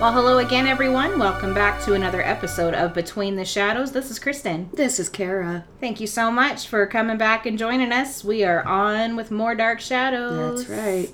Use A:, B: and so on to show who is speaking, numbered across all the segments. A: Well, hello again, everyone. Welcome back to another episode of Between the Shadows. This is Kristen.
B: This is Kara.
A: Thank you so much for coming back and joining us. We are on with more Dark Shadows.
B: That's right.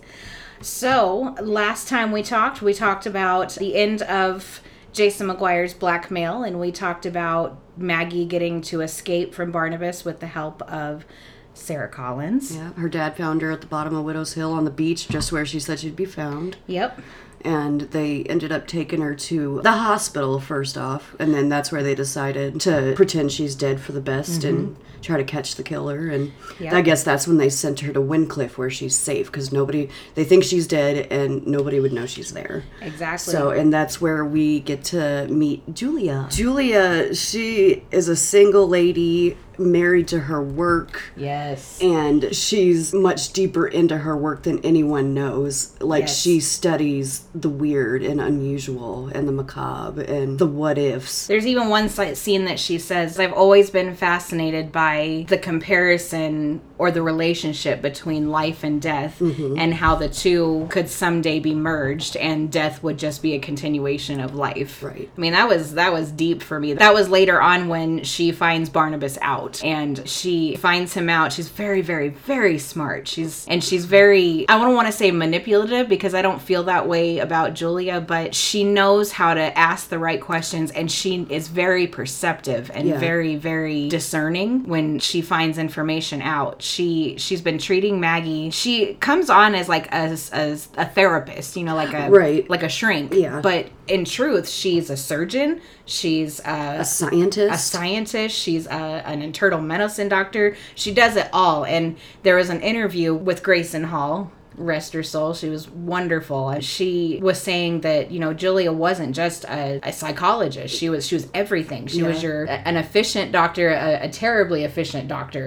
A: So, last time we talked, we talked about the end of Jason McGuire's blackmail, and we talked about Maggie getting to escape from Barnabas with the help of Sarah Collins.
B: Yeah, her dad found her at the bottom of Widow's Hill on the beach, just where she said she'd be found.
A: Yep.
B: And they ended up taking her to the hospital first off, and then that's where they decided to pretend she's dead for the best and try to catch the killer. And
A: Yeah.
B: I guess that's when they sent her to Wincliffe, where she's safe because nobody they think she's dead, and nobody would know she's there.
A: Exactly.
B: So, and that's where we get to meet Julia. Julia, she is a single lady married to her work.
A: yes.
B: and she's much deeper into her work than anyone knows. Like
A: Yes.
B: she studies the weird and unusual and the macabre and the what ifs.
A: There's even one slight scene that she says, I've always been fascinated by the comparison or the relationship between life and death and how the two could someday be merged and death would just be a continuation of life.
B: Right.
A: I mean that was that was deep for me. That was later on when she finds Barnabas out and she finds him out. She's very very very smart. She's and she's very I don't want to say manipulative because I don't feel that way about Julia, but she knows how to ask the right questions and she is very perceptive and
B: Yeah.
A: very very discerning when she finds information out. She she's been treating Maggie. She comes on as like a a, a therapist, you know, like a
B: Right.
A: like a shrink.
B: Yeah.
A: But in truth, she's a surgeon. She's uh, a,
B: A scientist.
A: a scientist. She's a, an internal medicine doctor. She does it all. And there was an interview with Grayson Hall. Rest her soul. She was wonderful. And she was saying that, you know, Julia wasn't just a, a psychologist. She was she was everything. She was
B: Yeah.
A: your an efficient doctor, a, a terribly efficient doctor,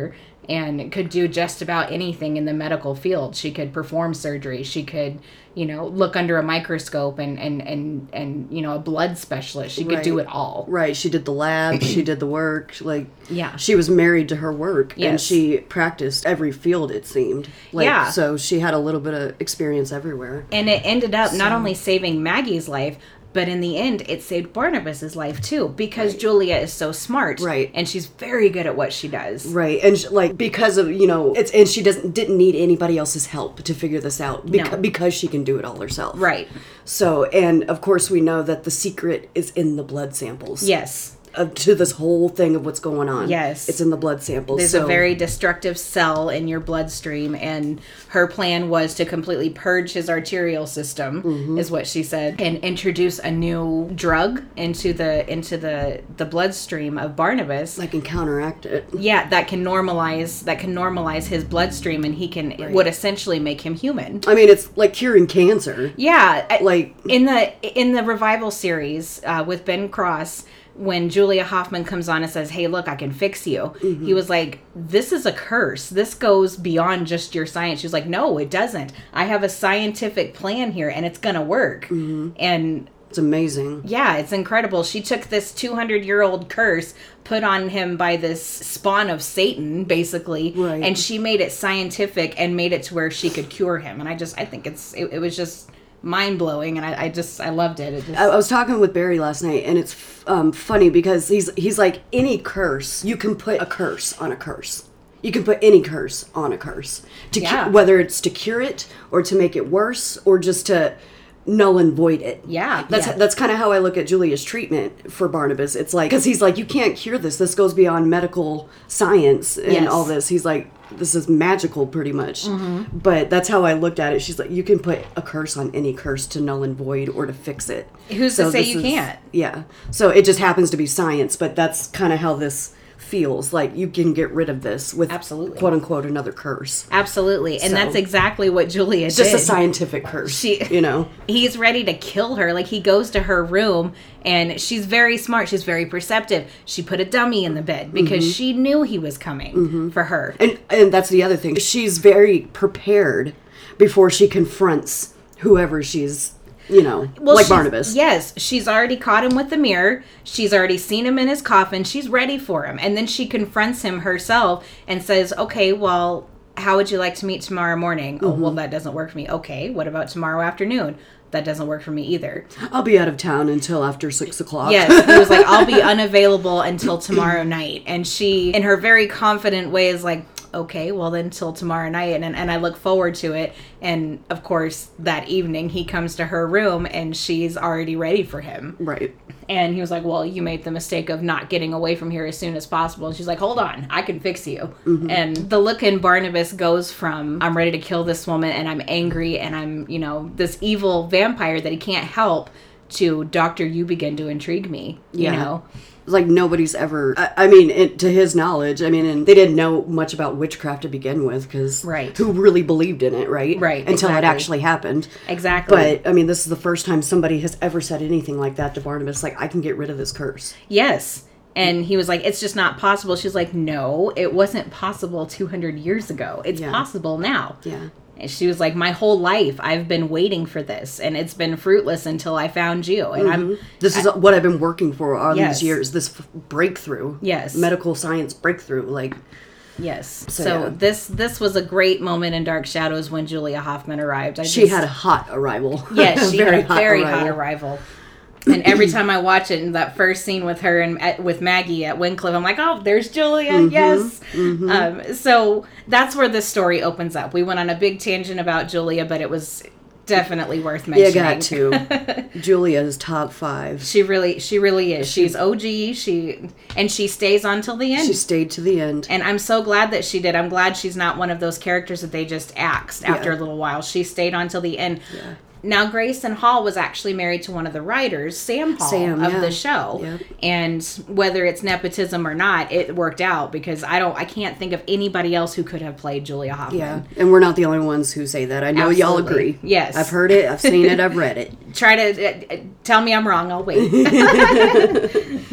A: and could do just about anything in the medical field. She could perform surgery. She could, you know, look under a microscope and and and and you know, a blood specialist. She could do
B: Right.
A: it all.
B: Right, she did the lab, she did the work, like
A: Yeah.
B: She was married to her work and
A: Yes.
B: she practiced every field it seemed. Like
A: Yeah.
B: so she had a little bit of experience everywhere.
A: And it ended up not only saving Maggie's life, but in the end, it saved Barnabas's life too because Julia is so smart,
B: Right.
A: And she's very good at what she does.
B: Right, and sh like because of you know, it's and she doesn't didn't need anybody else's help to figure this out beca-
A: No.
B: because she can do it all herself.
A: Right?
B: So, and of course, we know that the secret is in the blood samples.
A: Yes.
B: Of, to this whole thing of what's going on.
A: Yes.
B: It's in the blood samples.
A: There's
B: so,
A: a very destructive cell in your bloodstream, and her plan was to completely purge his arterial system,
B: Mm-hmm.
A: is what she said, and introduce a new drug into the into the the bloodstream of Barnabas.
B: I can counteract it.
A: yeah, that can normalize that can normalize his bloodstream, and he can it would essentially make him human.
B: I mean, it's like curing cancer.
A: Yeah, I-
B: Like,
A: in the in the revival series uh, with Ben Cross, when Julia Hoffman comes on and says, "Hey, look, I can fix you," he was like, "This is a curse. This goes beyond just your science." She was like, "No, it doesn't. I have a scientific plan here, and it's gonna work." And
B: it's amazing.
A: yeah, it's incredible. She took this 200 year old curse put on him by this spawn of Satan, basically,
B: Right.
A: and she made it scientific and made it to where she could cure him. And I just, I think it's, it, it was just mind blowing, and I, I just, I loved it. it just,
B: I, I was talking with Barry last night, and it's f- um, funny because he's he's like any curse you can put a curse on a curse. You can put any curse on a curse to cu-
A: Yeah.
B: whether it's to cure it or to make it worse or just to null and void it.
A: Yeah,
B: that's
A: yeah.
B: that's kind of how I look at Julia's treatment for Barnabas. It's like because he's like you can't cure this. This goes beyond medical science and
A: Yes.
B: all this. He's like this is magical pretty much.
A: Mm-hmm.
B: But that's how I looked at it. She's like you can put a curse on any curse to null and void or to fix it.
A: Who's to say
B: this
A: you can't?
B: Yeah. So it just happens to be science, but that's kind of how this feels like you can get rid of this with
A: Absolutely.
B: quote unquote another curse.
A: absolutely. And
B: So-
A: that's exactly what Julia
B: Just
A: did.
B: a scientific curse,
A: She-
B: you know.
A: he's ready to kill her. Like he goes to her room and she's very smart. She's very perceptive. She put a dummy in the bed because
B: Mm-hmm.
A: she knew he was coming for her.
B: And and that's the other thing. She's very prepared before she confronts whoever she's, you know, like
A: she's-
B: Barnabas.
A: Yes, she's already caught him with the mirror. She's already seen him in his coffin. She's ready for him. And then she confronts him herself and says, "Okay,
B: Mm-hmm.
A: well, how would you like to meet tomorrow morning?" Oh, well, that doesn't work for me. Okay, what about tomorrow afternoon? that doesn't work for me either.
B: I'll be out of town until after six o'clock.
A: Yes, he was like, I'll be unavailable until tomorrow night. And she, in her very confident way, is like, okay, well then till tomorrow night. And, and I look forward to it. And of course, that evening he comes to her room and she's already ready for him.
B: Right.
A: And he was like, well, you made the mistake of not getting away from here as soon as possible. And she's like, hold on, I can fix you.
B: Mm-hmm.
A: And the look in Barnabas goes from, I'm ready to kill this woman and I'm angry and I'm, you know, this evil vampire that he can't help to doctor you begin to intrigue me you
B: Yeah.
A: know
B: Like nobody's ever. I, I mean, it, to his knowledge, I mean, and they didn't know much about witchcraft to begin with, because
A: Right.
B: who really believed in it, right?
A: Right,
B: Until it
A: exactly.
B: actually happened.
A: exactly
B: But I mean, this is the first time somebody has ever said anything like that to Barnabas. Like, I can get rid of this curse.
A: yes and he was like it's just not possible she's like no it wasn't possible 200 years ago it's
B: Yeah.
A: possible now
B: Yeah.
A: and she was like my whole life i've been waiting for this and it's been fruitless until i found you and i'm
B: This is what I've been working for all
A: Yes.
B: these years. This f- breakthrough.
A: Yes.
B: Medical science breakthrough. Like,
A: yes so,
B: yeah.
A: this this was a great moment in dark shadows when julia hoffman arrived I
B: she
A: just-
B: had a hot arrival.
A: Yes, she had a very hot arrival. And every time I watch it, in that first scene with her and at, with Maggie at Wincliffe, I'm like, oh, there's Julia, yes. Um, so that's where this story opens up. We went on a big tangent about Julia, but it was definitely worth
B: You
A: mentioning.
B: got to. Julia's top five.
A: She really, she really is. She's OG. She and she stays on till the end.
B: She stayed to the end.
A: and I'm so glad that she did. I'm glad she's not one of those characters that they just axed after a little while. She stayed on till the end. Now, Grayson Hall was actually married to one of the writers, Sam Hall,
B: Sam,
A: of
B: yeah.
A: the show.
B: Yep.
A: And whether it's nepotism or not, it worked out because I don't, I can't think of anybody else who could have played Julia Hoffman.
B: Yeah. And we're not the only ones who say that. I know y'all
A: Absolutely.
B: agree.
A: Yes.
B: I've heard it, I've seen it, I've read it.
A: try to uh, uh, tell me I'm wrong. I'll wait.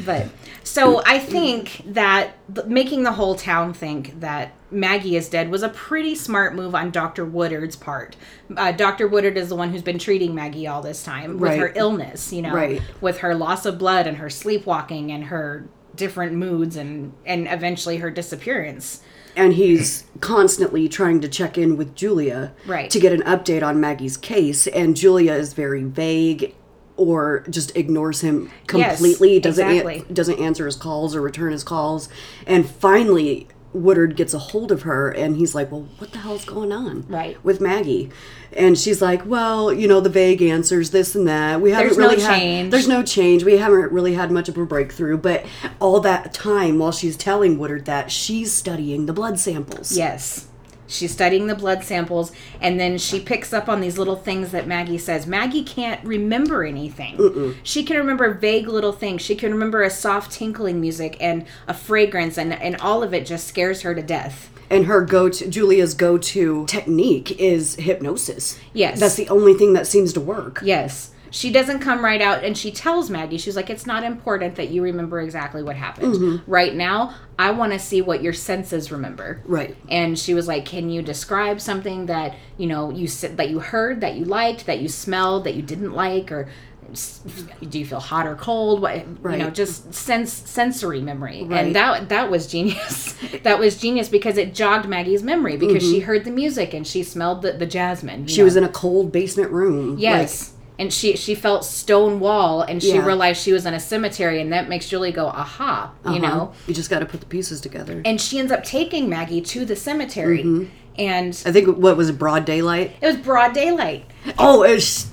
A: but so I think that th- making the whole town think that Maggie is dead was a pretty smart move on Dr. Woodard's part. Uh, Dr. Woodard is the one who's been treating Maggie all this time with her
B: Right.
A: illness, you know,
B: Right.
A: with her loss of blood and her sleepwalking and her different moods and and eventually her disappearance.
B: And he's constantly trying to check in with Julia
A: Right.
B: to get an update on Maggie's case. And Julia is very vague or just ignores him completely, doesn't, an-
A: exactly.
B: doesn't answer his calls or return his calls. And finally, Woodard gets a hold of her and he's like, Well, what the hell's going on?
A: Right.
B: With Maggie. And she's like, Well, you know, the vague answers, this and that. We haven't
A: There's no
B: really had-
A: change.
B: There's no change. We haven't really had much of a breakthrough, but all that time while she's telling Woodard that she's studying the blood samples.
A: Yes. She's studying the blood samples and then she picks up on these little things that Maggie says. Maggie can't remember anything. She can remember vague little things. She can remember a soft tinkling music and a fragrance and, and all of it just scares her to death.
B: And her go to Julia's go to technique is hypnosis.
A: Yes.
B: That's the only thing that seems to work.
A: Yes. She doesn't come right out and she tells Maggie, she's like, it's not important that you remember exactly what happened. Right now, I want to see what your senses remember.
B: Right.
A: And she was like, can you describe something that, you know, you said that you heard, that you liked, that you smelled, that you didn't like, or s- do you feel hot or cold? What,
B: Right.
A: you know, just sense sensory memory.
B: Right.
A: And that, that was genius. that was genius because it jogged Maggie's memory because she heard the music and she smelled the, the jasmine.
B: Mm-hmm. She was in a cold basement room.
A: Yes. and she she felt stone wall and she
B: Yeah.
A: realized she was in a cemetery and that makes Julie go, aha, you
B: Like,
A: know?
B: You just got to put the pieces together.
A: And she ends up taking Maggie to the cemetery
B: Mm-hmm.
A: and
B: I think what was it, broad daylight?
A: it was broad daylight.
B: Oh, it's,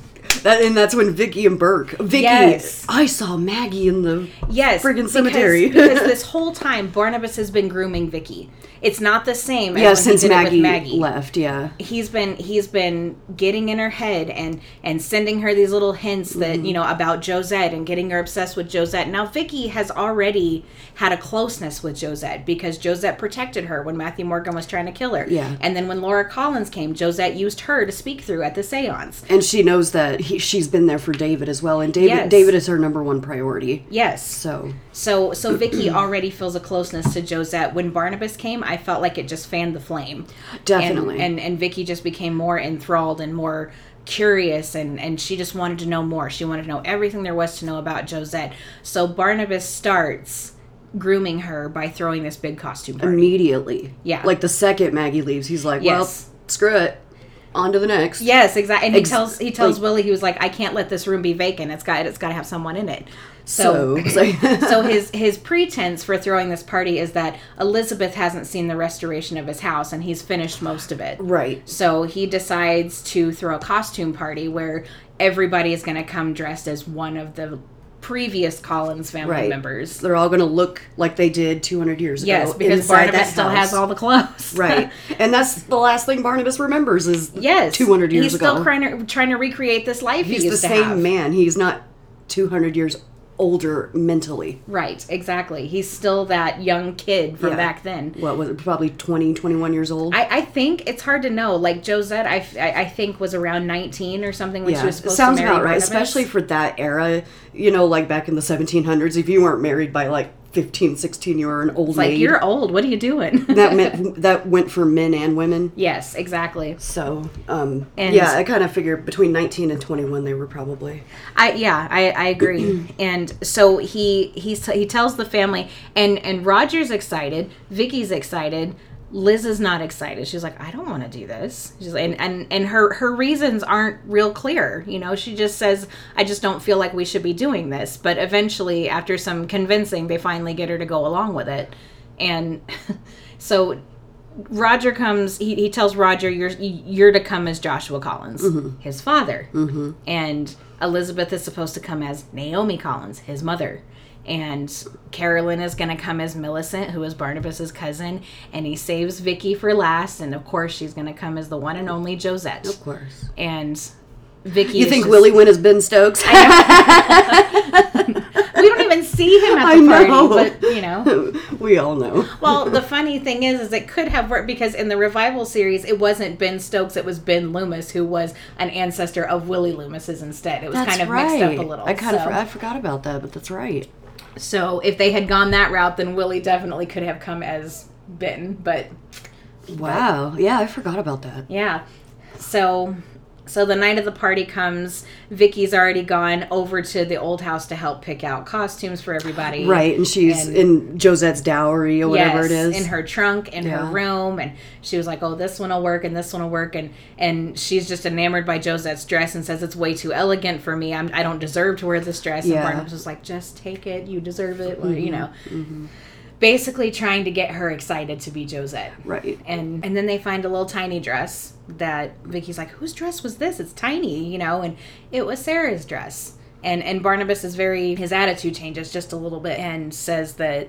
B: that, and that's when Vicky and Burke. Vicky,
A: Yes.
B: I saw Maggie in the.
A: Yes.
B: Friggin'
A: because-
B: cemetery.
A: Because, this whole time Barnabas has been grooming Vicky. It's not the same as
B: Yeah,
A: when he
B: since
A: did it with
B: Maggie, left. Yeah,
A: he's been he's been getting in her head and and sending her these little hints that
B: Mm-hmm.
A: you know about Josette and getting her obsessed with Josette. Now Vicky has already had a closeness with Josette because Josette protected her when Matthew Morgan was trying to kill her.
B: Yeah.
A: And then when Laura Collins came, Josette used her to speak through at the séance.
B: and she knows that he, she's been there for David as well. And David,
A: Yes.
B: David is her number one priority.
A: Yes.
B: So
A: So so Vicky already feels a closeness to Josette. When Barnabas came, I felt like it just fanned the flame. and,
B: definitely,
A: and and Vicky just became more enthralled and more curious and and she just wanted to know more she wanted to know everything there was to know about Josette so Barnabas starts grooming her by throwing
B: Mm.
A: this big costume party
B: immediately,
A: Yeah.
B: like the second Maggie leaves, he's like,
A: Yes.
B: "Well, screw it." on to the next.
A: Yes, exactly. And he
B: Ex-
A: tells he tells
B: like-
A: Willie he was like, I can't let this room be vacant. It's got it's got to have someone in it.
B: So,
A: So.
B: so,
A: So his his pretense for throwing this party is that Elizabeth hasn't seen the restoration of his house and he's finished most of it.
B: right.
A: So he decides to throw a costume party where everybody is going to come dressed as one of the previous Collins family
B: Right.
A: members.
B: They're all going to look like they did 200 years ago.
A: Yes, because
B: inside that
A: Barnabas still has
B: house.
A: all the clothes.
B: Right. And that's the last thing Barnabas remembers is
A: yes.
B: 200 years
A: he's
B: ago.
A: still trying to, trying to recreate this life
B: he's
A: he
B: the
A: used to
B: same
A: have.
B: man. He's not 200 years older mentally.
A: Right, exactly. He's still that young kid from
B: Yeah.
A: back then.
B: What was it? Probably 20, 21 years old.
A: I, I think it's hard to know. Like Josette, I, f- I- I think was around nineteen or something when she
B: yeah,
A: was supposed
B: sounds
A: to marry
B: about right,
A: Barnabas.
B: especially for that era. You know, like back in the 1700s, if you weren't married by like 15, 16, you were an old
A: It's like
B: maid.
A: you're old. What are you doing?
B: that meant that went for men and women.
A: yes, exactly.
B: So, um,
A: And-
B: yeah, I kind of figured between 19 and 21 they were probably.
A: I yeah, I, I agree. and so he he he tells the family, and and Roger's excited, Vicky's excited. Liz is not excited. She's like, I don't want to do this. She's like, and, and and her her reasons aren't real clear. You know, she just says, I just don't feel like we should be doing this. But eventually, after some convincing, they finally get her to go along with it. And so Roger comes. He, he tells Roger, "You're you're to come as Joshua Collins, his father, mm-hmm. and Elizabeth is supposed to come as Naomi Collins, his mother, and Carolyn is going to come as Millicent, who is Barnabas's cousin, and he saves Vicky for last, and of course she's going to come as the one and only Josette,
B: Of course.
A: and Vicky.
B: You
A: is
B: think
A: just-
B: Willie went as Ben Stokes?
A: We don't even see him at
B: I
A: the party,
B: know.
A: but you know.
B: we all know.
A: Well, the funny thing is, is it could have worked because in the revival series, it wasn't Ben Stokes; it was Ben Loomis, who was an ancestor of Willie Loomis's. Instead, it was kind of mixed up a little.
B: I kind
A: so,
B: of I forgot about that, but that's right.
A: so if they had gone that route, then Willie definitely could have come as Ben. But
B: Wow. Yeah, I forgot about that.
A: yeah, so so the night of the party comes. Vicky's already gone over to the old house to help pick out costumes for everybody.
B: Right, and she's
A: And-
B: in Josette's dowry or whatever it is.
A: in her trunk in her
B: Yeah.
A: room and she was like oh this one will work and this one will work and and she's just enamored by josette's dress and says it's way too elegant for me I'm, i don't deserve to wear this dress
B: Yeah. Mm-hmm.
A: and barnabas was like just take it you deserve it or, you know basically trying to get her excited to be josette
B: right.
A: and and then they find a little tiny dress that Vicky's like, whose dress was this? It's tiny, you know, and it was Sarah's dress. And and Barnabas is very his attitude changes just a little bit and says that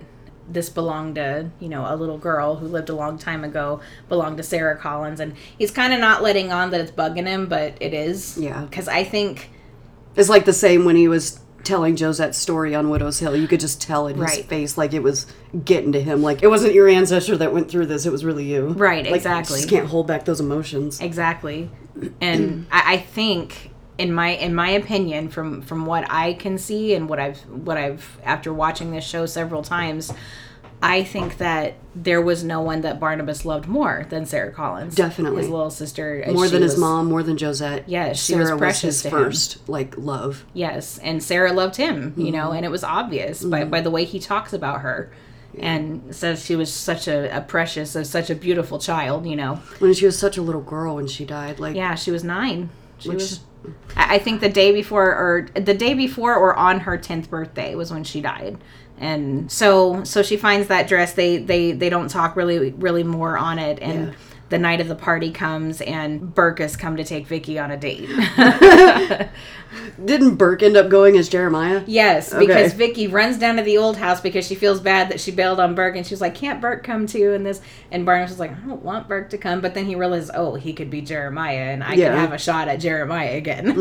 A: this belonged to you know a little girl who lived a long time ago belonged to Sarah Collins and he's kind of not letting on that it's bugging him but it is
B: Yeah.
A: because I think
B: It's like the same when he was telling Josette's story on Widow's Hill. You could just tell in his
A: Right.
B: face, like it was getting to him. Like it wasn't your ancestor that went through this; it was really you.
A: Right,
B: Like,
A: exactly.
B: Just can't hold back those emotions.
A: Exactly. And I, I think in my in my opinion, from from what I can see and what I've what I've after watching this show several times, I think that there was no one that Barnabas loved more than Sarah Collins.
B: Definitely.
A: His little sister. as
B: More
A: she
B: than his
A: was-
B: mom, more than Josette.
A: Yeah, she was
B: Sarah
A: precious
B: his
A: to him.
B: first like love.
A: Yes. And Sarah loved him, you
B: Mm-hmm.
A: know, and it was obvious by, by the way he talks about her. And says she was such a, a precious, uh, such a beautiful child, you know.
B: When she was such a little girl when she died, like
A: Yeah, she was nine. She
B: Which-
A: was. I I think the day before, or the day before, or on her tenth birthday was when she died, and so so she finds that dress. They they they don't talk really really more on it, and
B: Yeah.
A: the night of the party comes, and Burke has come to take Vicky on a date.
B: didn't Burke end up going as Jeremiah?
A: yes, because
B: Okay.
A: Vicky runs down to the old house because she feels bad that she bailed on Burke, and she's like, "Can't Burke come too?" And this, and Barnes was like, "I don't want Burke to come," but then he realizes, "Oh, he could be Jeremiah, and I
B: Yeah. Mm-hmm.
A: could have a shot at Jeremiah again."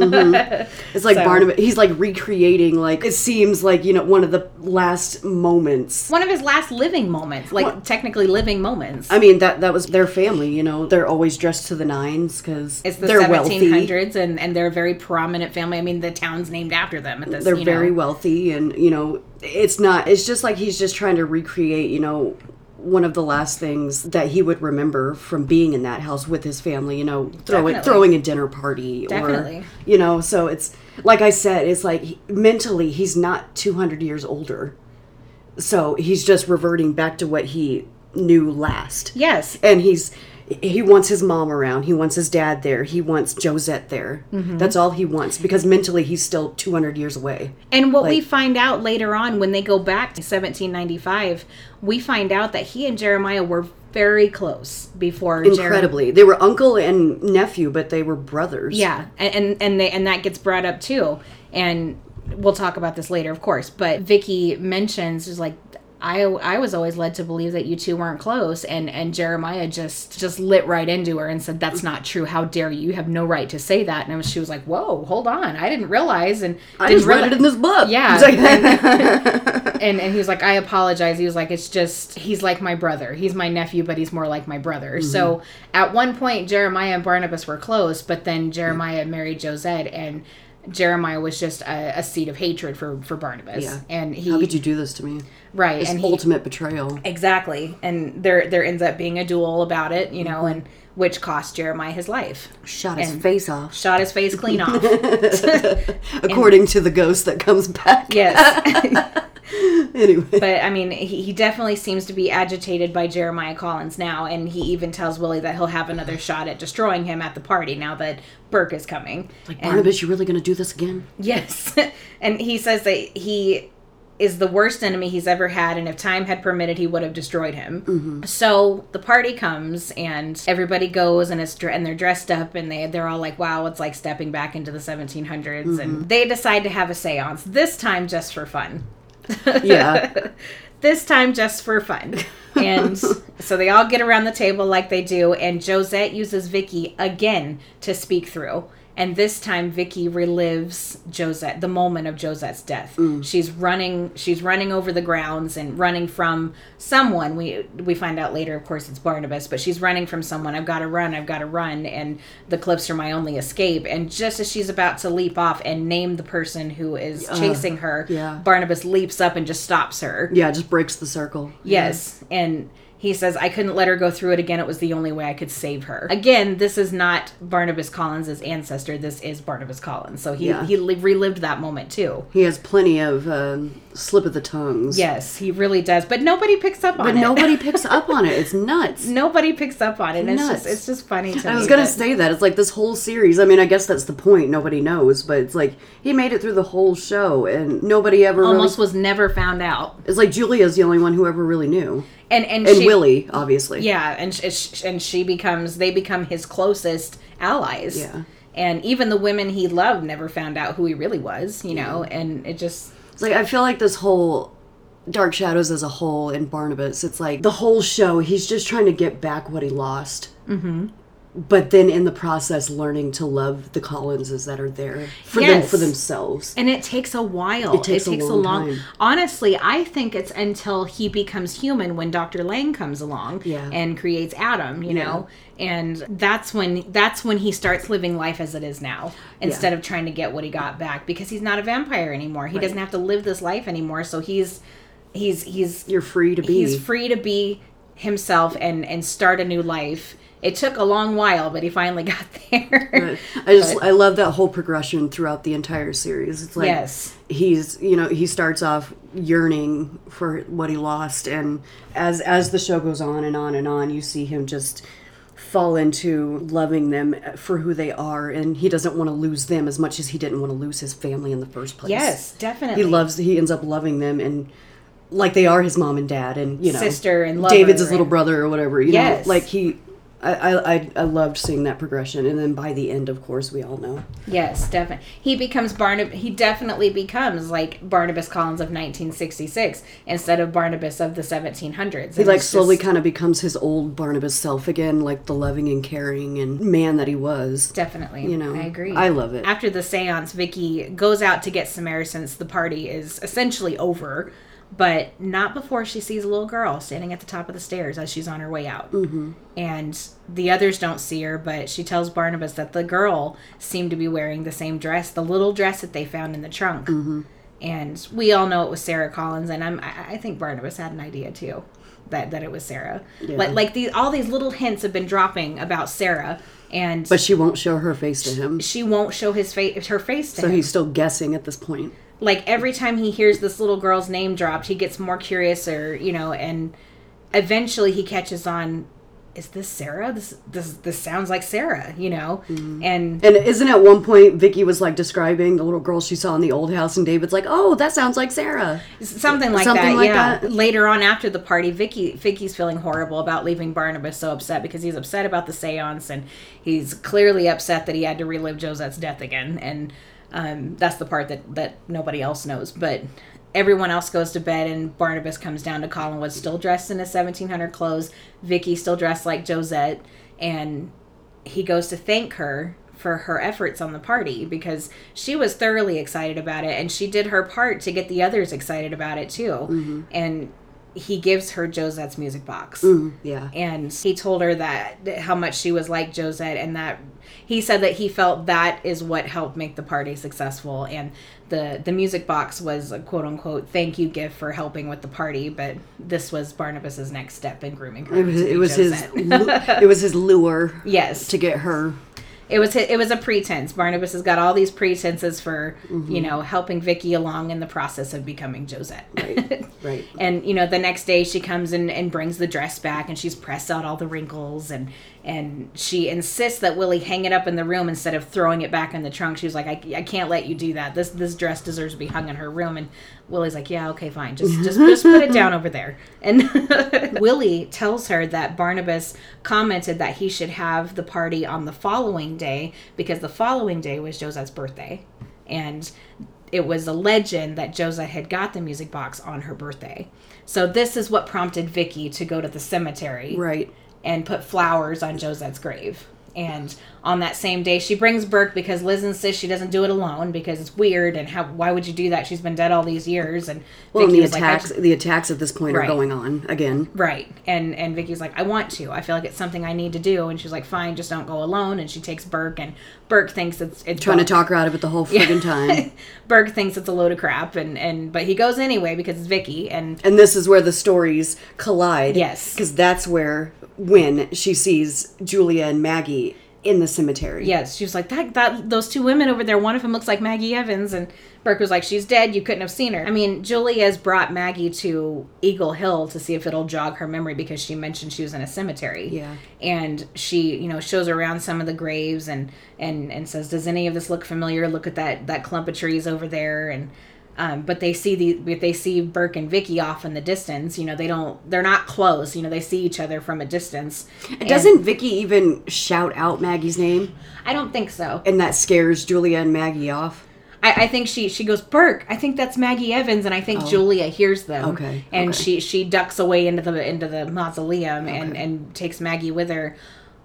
B: It's like
A: So-
B: Barnabas. He's like recreating. Like it seems like you know one of the last moments.
A: one of his last living moments, like technically living moments.
B: I mean that that was their family. You know they're always dressed to the nines because
A: it's the
B: they're
A: 1700s,
B: wealthy.
A: and and they're a very prominent family. I mean, the town's named after them. At this,
B: They're
A: you know.
B: very wealthy, and you know it's not. It's just like he's just trying to recreate. You know one of the last things that he would remember from being in that house with his family. You know throwing
A: Definitely.
B: throwing a dinner party or
A: Definitely.
B: you know. So it's like I said. It's like he- mentally he's not two hundred years older. so he's just reverting back to what he knew last
A: yes,
B: and he's he wants his mom around. He wants his dad there. He wants Josette there. That's all he wants because mentally he's still 200 years away.
A: And what we find out later on when they go back to 1795, we find out that he and Jeremiah were very close before Jeremiah.
B: Incredibly. They were uncle and nephew, but they were brothers.
A: Yeah, and and and, they, and that gets brought up too, and we'll talk about this later, of course. But Vicky mentions is like. I, I was always led to believe that you two weren't close and, and Jeremiah just just lit right into her and said that's not true how dare you you have no right to say that and she was like whoa hold on I didn't realize and
B: I
A: didn't
B: just read
A: reali-
B: it in this book.
A: Yeah.
B: It's like-
A: and and he was like, I apologize. He was like, it's just he's like my brother. He's my nephew, but he's more like my brother.
B: Mm-hmm.
A: So at one point, Jeremiah and Barnabas were close, but then Jeremiah married Josette, and Jeremiah was just a, a seed of hatred for for Barnabas.
B: Yeah.
A: And he
B: How could you do this to me?
A: right
B: It's
A: and he,
B: ultimate betrayal.
A: exactly, and there there ends up being a duel about it, you
B: Mm-hmm.
A: know, and which cost Jeremiah his life.
B: Shot his face off.
A: Shot his face clean off.
B: According to the ghost that comes back.
A: yes.
B: Anyway.
A: But I mean, he, he definitely seems to be agitated by Jeremiah Collins now, and he even tells Willie that he'll have another shot at destroying him at the party now that Burke is coming.
B: Like, Barnabas, you really going to do this again?
A: Yes. and he says that he is the worst enemy he's ever had, and if time had permitted, he would have destroyed him. So the party comes, and everybody goes, and it's dr- and they're dressed up, and they they're all like, "Wow, it's like stepping back into the 1700s." And they decide to have a séance this time just for fun
B: Yeah.
A: this time just for fun. And so they all get around the table like they do, and Josette uses Vicky again to speak through. And this time Vicky relives Josette, the moment of Josette's death. She's running she's running over the grounds and running from someone. We we find out later, of course, it's Barnabas, but she's running from someone. I've gotta run, I've gotta run, and the clips are my only escape. And just as she's about to leap off and name the person who is chasing her,
B: yeah.
A: Barnabas leaps up and just stops her.
B: yeah, it just breaks the circle.
A: Yes. And he says, I couldn't let her go through it again. It was the only way I could save her. Again, this is not Barnabas Collins' ancestor. This is Barnabas Collins. So he,
B: Yeah.
A: he li- relived that moment too.
B: He has plenty of um, slip of the tongues.
A: Yes, he really does. But nobody picks up on
B: But
A: it.
B: nobody picks up on it. It's nuts.
A: nobody picks up on it. And it's
B: Nuts.
A: just, it's just funny to me.
B: I was going to
A: that-
B: say that. It's like this whole series. I mean, I guess that's the point. Nobody knows, but it's like he made it through the whole show and nobody ever
A: Almost was never found out.
B: really. It's like Julia's the only one who ever really knew.
A: And, and,
B: And
A: she,
B: Willie, obviously.
A: Yeah, and sh- sh- and she becomes they become his closest allies.
B: Yeah.
A: And even the women he loved never found out who he really was, you know, and it just
B: It's like I feel like this whole Dark Shadows as a whole and Barnabas, it's like the whole show, he's just trying to get back what he lost. Mm-hmm. But then in the process, learning to love the Collinses that are there for them
A: Yes.
B: for themselves.
A: And it takes a while. It
B: takes
A: takes,
B: a
A: a
B: long
A: long.
B: time.
A: Honestly, I think it's until he becomes human when Dr. Lang comes along
B: Yeah.
A: and creates Adam, you know. And that's when that's when he starts living life as it is now instead of trying to get what he got back because he's not a vampire anymore. He doesn't have to live this life anymore, so he's he's he's
B: You're free to be.
A: he's free to be himself and and start a new life. It took a long while, but he finally got there.
B: But I just I love that whole progression throughout the entire series. It's like
A: Yes.
B: he's you know he starts off yearning for what he lost, and as as the show goes on and on and on, you see him just fall into loving them for who they are, and he doesn't want to lose them as much as he didn't want to lose his family in the first place.
A: Yes, definitely.
B: he loves he ends up loving them and. Like they are his mom and dad, and you know,
A: Sister and lover
B: David's his little
A: and-
B: brother or whatever. You
A: Yes.
B: know, like he, I, I, I- I loved seeing that progression, and then by the end, of course, we all know.
A: Yes, definitely. He becomes Barnab. He definitely becomes like Barnabas Collins of 1966 instead of Barnabas of the 1700s.
B: He like slowly kind of becomes his old Barnabas self again, like the loving and caring and man that he was.
A: definitely.
B: You know,
A: I agree.
B: I love it.
A: After the séance, Vicky goes out to get Samara since the party is essentially over, but not before she sees a little girl standing at the top of the stairs as she's on her way out. Mm-hmm. And the others don't see her, but she tells Barnabas that the girl seemed to be wearing the same dress, the little dress that they found in the trunk. And we all know it was Sarah Collins, and I'm, I I think Barnabas had an idea too. That, that it was Sarah. Like like these all these little hints have been dropping about Sarah and
B: But she won't show her face to him,
A: she won't show his face her face to
B: so
A: him.
B: he's still guessing at this point.
A: like every time he hears this little girl's name dropped he gets more curious or you know and eventually he catches on is this Sarah? This this this sounds like Sarah, you know? And
B: And isn't at one point Vicky was like describing the little girl she saw in the old house, and David's like, "Oh, that sounds like Sarah."
A: something like
B: Something
A: that.
B: like
A: yeah.
B: that.
A: Later on after the party, Vicky Vicky's feeling horrible about leaving Barnabas so upset because he's upset about the seance and he's clearly upset that he had to relive Josette's death again. And um, that's the part that, that nobody else knows. But everyone else goes to bed and Barnabas comes down to Collinwood still dressed in his seventeen hundred clothes, Vicky still dressed like Josette, and he goes to thank her for her efforts on the party because she was thoroughly excited about it and she did her part to get the others excited about it too. And he gives her Josette's music box.
B: Mm-hmm. Mm, yeah,
A: And he told her that that how much she was like Josette and that he said that he felt that is what helped make the party successful and the the music box was a quote unquote thank you gift for helping with the party but this was Barnabas's next step in grooming her.
B: it was
A: to be
B: it was his
A: Josette.
B: lu- it was his lure
A: yes
B: to get her.
A: it was it was a pretense. Barnabas has got all these pretenses for you know helping Vicky along in the process of becoming Josette.
B: Right, right.
A: and you know the next day she comes in and brings the dress back and she's pressed out all the wrinkles and and she insists that Willie hang it up in the room instead of throwing it back in the trunk. She was like, I, I can't let you do that. This this dress deserves to be hung in her room. And Willie's like, Yeah, okay, fine. Just just just put it down over there. And Willie tells her that Barnabas commented that he should have the party on the following day because the following day was Josette's birthday. And it was a legend that Josette had got the music box on her birthday. So this is what prompted Vicky to go to the cemetery
B: Right.
A: and put flowers on Josette's grave. And on that same day, she brings Burke because Liz insists she doesn't do it alone because it's weird and how why would you do that? She's been dead all these years. And
B: Well, and the
A: was like, I-
B: attacks the attacks at this point
A: Right.
B: are going on again.
A: right. And and Vicky's like, I want to. I feel like it's something I need to do. And she's like, fine, just don't go alone. And she takes Burke, and Burke thinks it's it's
B: Trying to
A: Burke.
B: talk her out of it the whole friggin' time.
A: Berg thinks it's a load of crap, and and but he goes anyway because it's Vicky, and
B: And this is where the stories collide.
A: Yes.
B: Because that's where, when she sees Julia and Maggie in the cemetery.
A: yes, she was like that that those two women over there. One of them looks like Maggie Evans, and Burke was like, she's dead. You couldn't have seen her. I mean, Julia's brought Maggie to Eagle Hill to see if it'll jog her memory because she mentioned she was in a cemetery.
B: Yeah.
A: and she you know shows around some of the graves and and and says, does any of this look familiar? Look at that that clump of trees over there, and. Um, but they see the but they see Burke and Vicky off in the distance. You know they don't they're not close. You know they see each other from a distance. And
B: Doesn't Vicky even shout out Maggie's name?
A: I don't think so.
B: And that scares Julia and Maggie off.
A: I, I think she she goes Burke. I think that's Maggie Evans, and I think Julia hears them.
B: Oh. Okay,
A: and
B: okay.
A: she she ducks away into the into the mausoleum and and takes Maggie with her.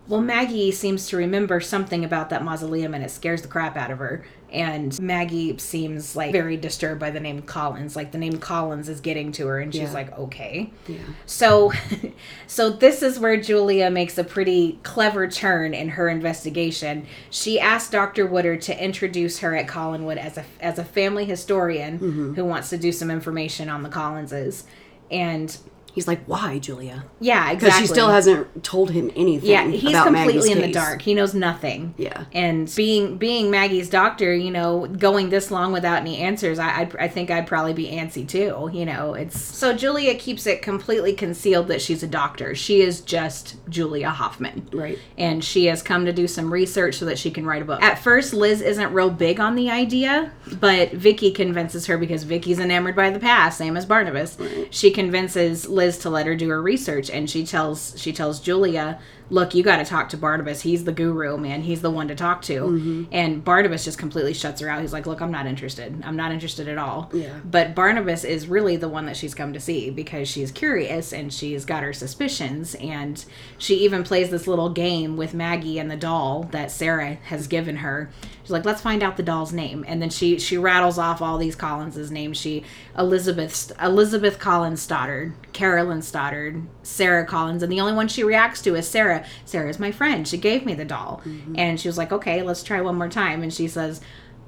A: Well, Maggie seems to remember something about that mausoleum, and it scares the crap out of her. And Maggie seems like very disturbed by the name Collins. Like the name Collins is getting to her, and she's
B: Yeah.
A: like, okay.
B: Yeah.
A: So, so this is where Julia makes a pretty clever turn in her investigation. She asked Dr. Woodard to introduce her at Collinwood as a as a family historian
B: Mm-hmm.
A: who wants to do some information on the Collinses, and
B: He's like, why, Julia?
A: yeah,
B: Because
A: exactly.
B: she still hasn't told him anything.
A: Yeah, he's
B: about
A: completely
B: Maggie's
A: in the
B: case.
A: dark. He knows nothing.
B: Yeah.
A: And being being Maggie's doctor, you know, going this long without any answers, I I, I think I'd probably be antsy too. You know, it's so Julia keeps it completely concealed that she's a doctor. She is just Julia Hoffman.
B: Right.
A: And she has come to do some research so that she can write a book. At first, Liz isn't real big on the idea, but Vicky convinces her because Vicky's enamored by the past, same as Barnabas. She convinces Liz to let her do her research, and she tells she tells Julia, "Look, you got to talk to Barnabas. He's the guru, man. He's the one to talk to." And Barnabas just completely shuts her out. He's like, "Look, I'm not interested. I'm not interested at all."
B: Yeah.
A: But Barnabas is really the one that she's come to see because she's curious and she's got her suspicions. And she even plays this little game with Maggie and the doll that Sarah has given her. She's like, let's find out the doll's name. And then she she rattles off all these Collins's names. She Elizabeth Elizabeth Collins Stoddard, Carolyn Stoddard, Sarah Collins, and the only one she reacts to is Sarah. Sarah's my friend. She gave me the doll.
B: Mm-hmm.
A: And she was like, okay, let's try one more time. And she says,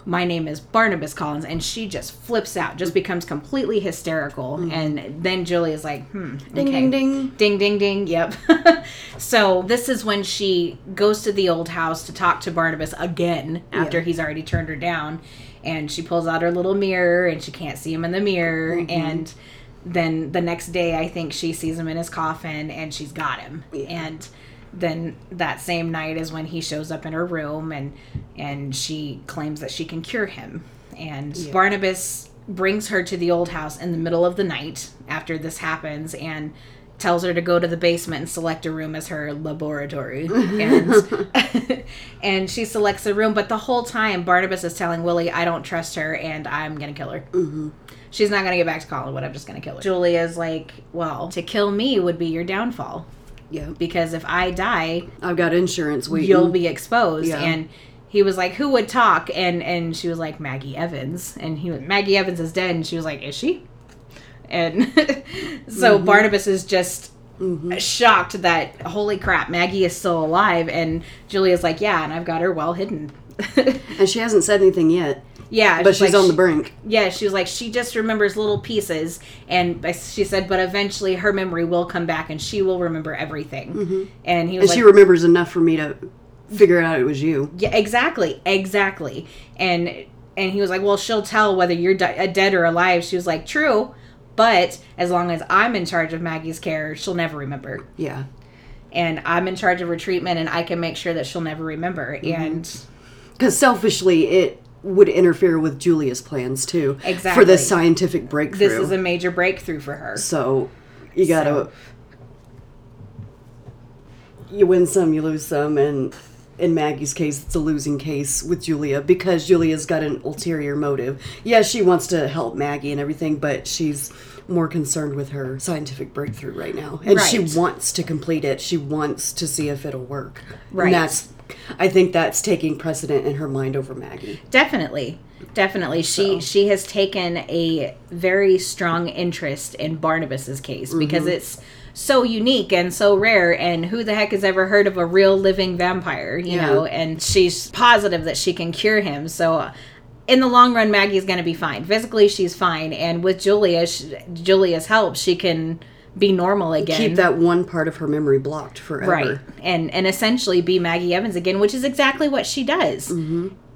A: my name is Barnabas Collins, and she just flips out,
B: Mm-hmm.
A: just becomes completely hysterical. And then Julie is like, hmm,
B: Ding,
A: okay.
B: ding, ding.
A: Ding, ding, ding. Yep. so this is when she goes to the old house to talk to Barnabas again after he's already turned her down. And she pulls out her little mirror and she can't see him in the mirror. And then the next day I think she sees him in his coffin and she's got him. And then that same night is when he shows up in her room and and she claims that she can cure him. And Barnabas brings her to the old house in the middle of the night after this happens and tells her to go to the basement and select a room as her laboratory. And and she selects a room, but the whole time Barnabas is telling Willie, I don't trust her and I'm gonna kill her. She's not gonna get back to Collinwood, I'm just gonna kill her. Mm-hmm. Julia's like, Well, to kill me would be your downfall.
B: Yeah.
A: Because if I die,
B: I've got insurance waiting.
A: you'll be exposed
B: Mm-hmm. Yeah.
A: and he was like who would talk and and she was like maggie evans and he was maggie evans is dead and she was like is she and so
B: Mm-hmm.
A: barnabas is just shocked that holy crap maggie is still alive and julia's like yeah and i've got her well hidden
B: and she hasn't said anything yet,
A: yeah
B: but she's
A: like,
B: on the brink.
A: yeah, she was like, she just remembers little pieces. And I- she said, but eventually her memory will come back and she will remember everything. And he was
B: Mm-hmm. And
A: like,
B: she remembers enough for me to figure out it was you.
A: Yeah, exactly, exactly. And and he was like, "Well, she'll tell whether you're di- dead or alive." She was like, "True, but as long as I'm in charge of Maggie's care, she'll never remember,
B: Yeah.
A: and I'm in charge of her treatment, and I can make sure that she'll never remember." And
B: Because selfishly, it would interfere with Julia's plans too. For
A: Exactly.
B: this scientific breakthrough.
A: this is a major breakthrough for her.
B: so you gotta. You win some, you lose some, and in Maggie's case, it's a losing case with Julia because Julia's got an ulterior motive. Yeah, she wants to help Maggie and everything, but she's more concerned with her scientific breakthrough right now, and she
A: Right.
B: wants to complete it. She wants to see if it'll work.
A: Right.
B: And that's, I think that's taking precedent in her mind over Maggie.
A: Definitely. Definitely. She she has taken a very strong interest in Barnabas's case because
B: Mm-hmm.
A: it's so unique and so rare and who the heck has ever heard of a real living vampire, you
B: Yeah.
A: know? And she's positive that she can cure him. So uh, in the long run Maggie's going to be fine. Physically she's fine and with Julia she, Julia's help she can be normal again.
B: Keep that one part of her memory blocked forever.
A: Right. And and essentially be Maggie Evans again, which is exactly what she does.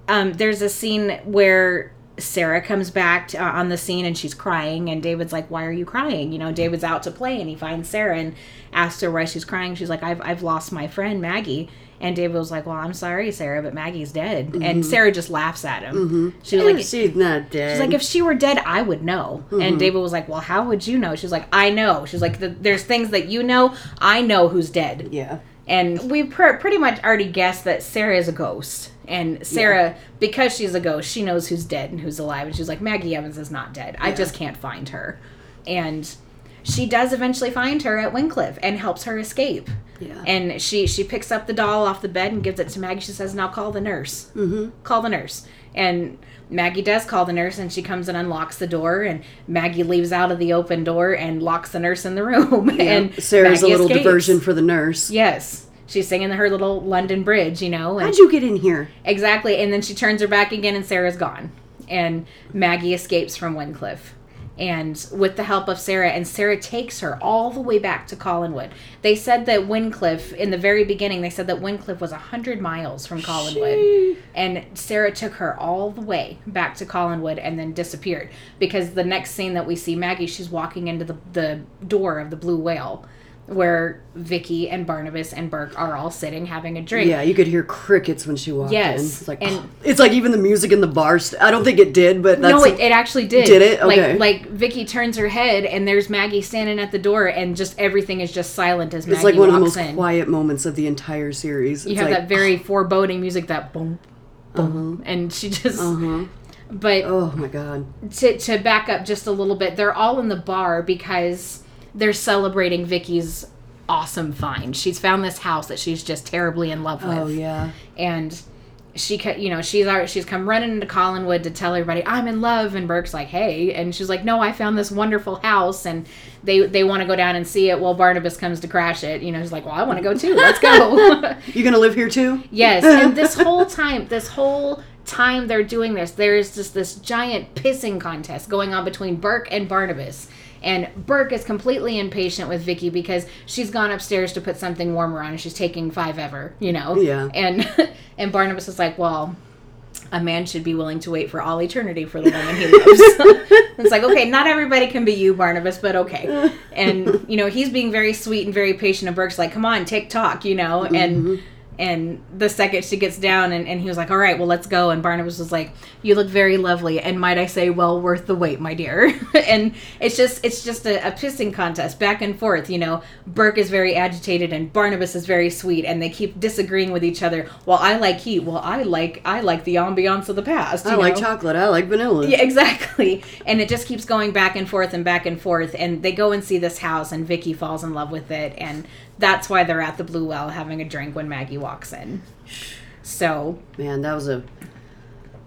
A: Um, there's a scene where Sarah comes back to, uh, on the scene and she's crying, and David's like, "Why are you crying?" You know, David's out to play, and he finds Sarah and asks her why she's crying. She's like, "I've I've lost my friend Maggie." And David was like, "Well, I'm sorry, Sarah, but Maggie's dead." And Sarah just laughs at him. She was like,
B: she's not dead.
A: She's like, if she were dead, I would know. And David was like, well, how would you know? She's like, I know. She's like, "The- there's things that you know. I know who's dead.
B: yeah.
A: And we pr- pretty much already guessed that Sarah is a ghost. And Sarah, because she's a ghost, she knows who's dead and who's alive. And she's like, Maggie Evans is not dead. I just can't find her. And she does eventually find her at Wincliffe and helps her escape.
B: Yeah.
A: And she she picks up the doll off the bed and gives it to Maggie. She says, "Now call the nurse. Mm-hmm. Call the nurse." And Maggie does call the nurse, and she comes and unlocks the door. And Maggie leaves out of the open door and locks the nurse in the room. and
B: Sarah's a
A: Maggie
B: little
A: escapes.
B: diversion for the nurse.
A: Yes. She's singing her little London Bridge, you know, and
B: How'd you get in here?
A: exactly. And then she turns her back again, and Sarah's gone, and Maggie escapes from Wincliffe, and with the help of Sarah, and Sarah takes her all the way back to Collinwood. They said that Wincliffe, in the very beginning, they said that Wincliffe was hundred miles from Collinwood, and Sarah took her all the way back to Collinwood, and then disappeared. Because the next scene that we see Maggie, she's walking into the the door of the Blue Whale. Where Vicky and Barnabas and Burke are all sitting having a drink.
B: Yeah, you could hear crickets when she walked
A: Yes,
B: in. It's like
A: and-
B: it's like even the music in the bar. St- I don't think it did, but that's
A: no, it, it actually did.
B: Did it? Okay.
A: Like like Vicky turns her head and there's Maggie standing at the door and just everything is just silent as Maggie
B: it's like one of the
A: walks
B: most
A: in.
B: quiet moments of the entire series.
A: you
B: It's
A: have
B: like, Uh-huh.
A: that very foreboding music that boom boom and she just but
B: oh my god,
A: to to back up just a little bit, they're all in the bar because they're celebrating Vicky's awesome find. She's found this house that she's just terribly in love with
B: oh yeah,
A: and she ca- you know she's already, she's come running into Collinwood to tell everybody I'm in love and Burke's like hey and she's like no I found this wonderful house and they they want to go down and see it well Barnabas comes to crash it you know he's like well I want to go too let's go
B: you gonna live here too?
A: yes and this whole time this whole time they're doing this there is just this giant pissing contest going on between Burke and Barnabas and Burke is completely impatient with Vicky because she's gone upstairs to put something warmer on and she's taking five ever you know
B: Yeah.
A: and and Barnabas is like, "Well, a man should be willing to wait for all eternity for the woman he loves. it's like, okay, not everybody can be you, Barnabas, but okay. And you know, he's being very sweet and very patient. And Burke's like, come on, take talk, you know. And
B: Mm-hmm.
A: and the second she gets down, and, and he was like, all right, well, let's go. And Barnabas was like, you look very lovely, and might I say, well worth the wait, my dear. and it's just it's just a, a pissing contest back and forth. You know, Burke is very agitated, and Barnabas is very sweet, and they keep disagreeing with each other. Well, I like heat. Well, I like I like the ambiance of the past.
B: I
A: you
B: like
A: know?
B: chocolate. I like vanilla.
A: Yeah, exactly. And it just keeps going back and forth and back and forth. And they go and see this house, and Vicky falls in love with it, and that's why they're at the Blue Well having a drink when Maggie walks in. So
B: Man, that was a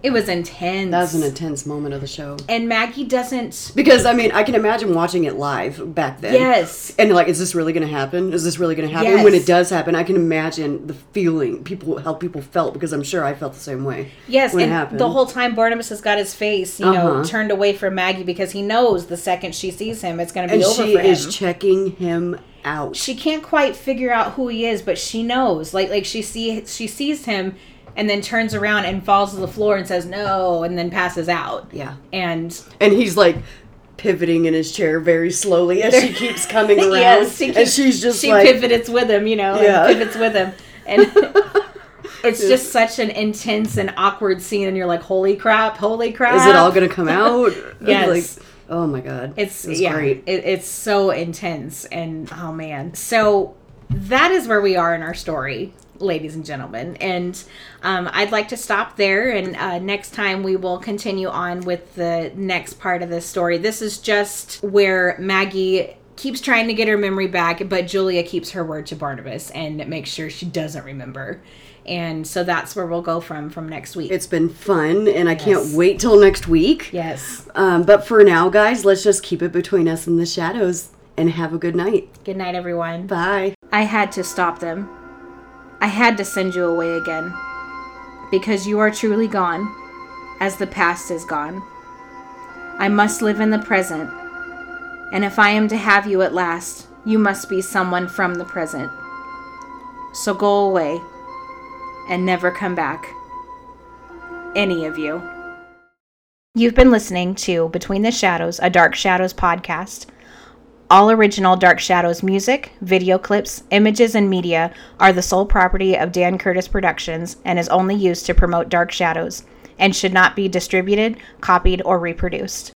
A: it was intense.
B: that was an intense moment of the show.
A: and Maggie doesn't.
B: Because I mean, I can imagine watching it live back then.
A: Yes.
B: And like, is this really going to happen? Is this really going to happen? And When
A: Yes.
B: it does happen, I can imagine the feeling people how people felt because I'm sure I felt the same way.
A: Yes,
B: when it
A: and
B: happened.
A: the whole time Barnabas has got his face, you know,
B: Uh-huh.
A: turned away from Maggie because he knows the second she sees him, it's going to be
B: and
A: over
B: she
A: for him.
B: is checking him out.
A: she can't quite figure out who he is, but she knows. Like like she see she sees him and then turns around and falls to the floor and says no and then passes out.
B: yeah.
A: And
B: And he's like pivoting in his chair very slowly as she keeps coming around.
A: yes, she
B: and
A: keeps-
B: she's just
A: she
B: like
A: pivots with him, you know,
B: Yeah.
A: and pivots with him. And it's just such an intense and awkward scene and you're like, Holy crap, holy crap.
B: is it all going to come out?
A: Yes.
B: Like, oh my god.
A: It's
B: It was
A: yeah,
B: great.
A: It, it's so intense and oh man. So that is where we are in our story, ladies and gentlemen. And um, I'd like to stop there. And uh, next time we will continue on with the next part of this story. This is just where Maggie keeps trying to get her memory back, but Julia keeps her word to Barnabas and makes sure she doesn't remember. And so that's where we'll go from from next week.
B: It's been fun and I
A: Yes.
B: can't wait till next week.
A: yes.
B: Um, but for now, guys, let's just keep it between us and the shadows and have a good night.
A: Good night, everyone.
B: Bye.
A: I had to stop them. I had to send you away again. Because you are truly gone, as the past is gone. I must live in the present. And if I am to have you at last, you must be someone from the present. So go away and never come back. Any of you. You've been listening to Between the Shadows, a Dark Shadows podcast. All original Dark Shadows music, video clips, images, and media are the sole property of Dan Curtis Productions and is only used to promote Dark Shadows and should not be distributed, copied, or reproduced.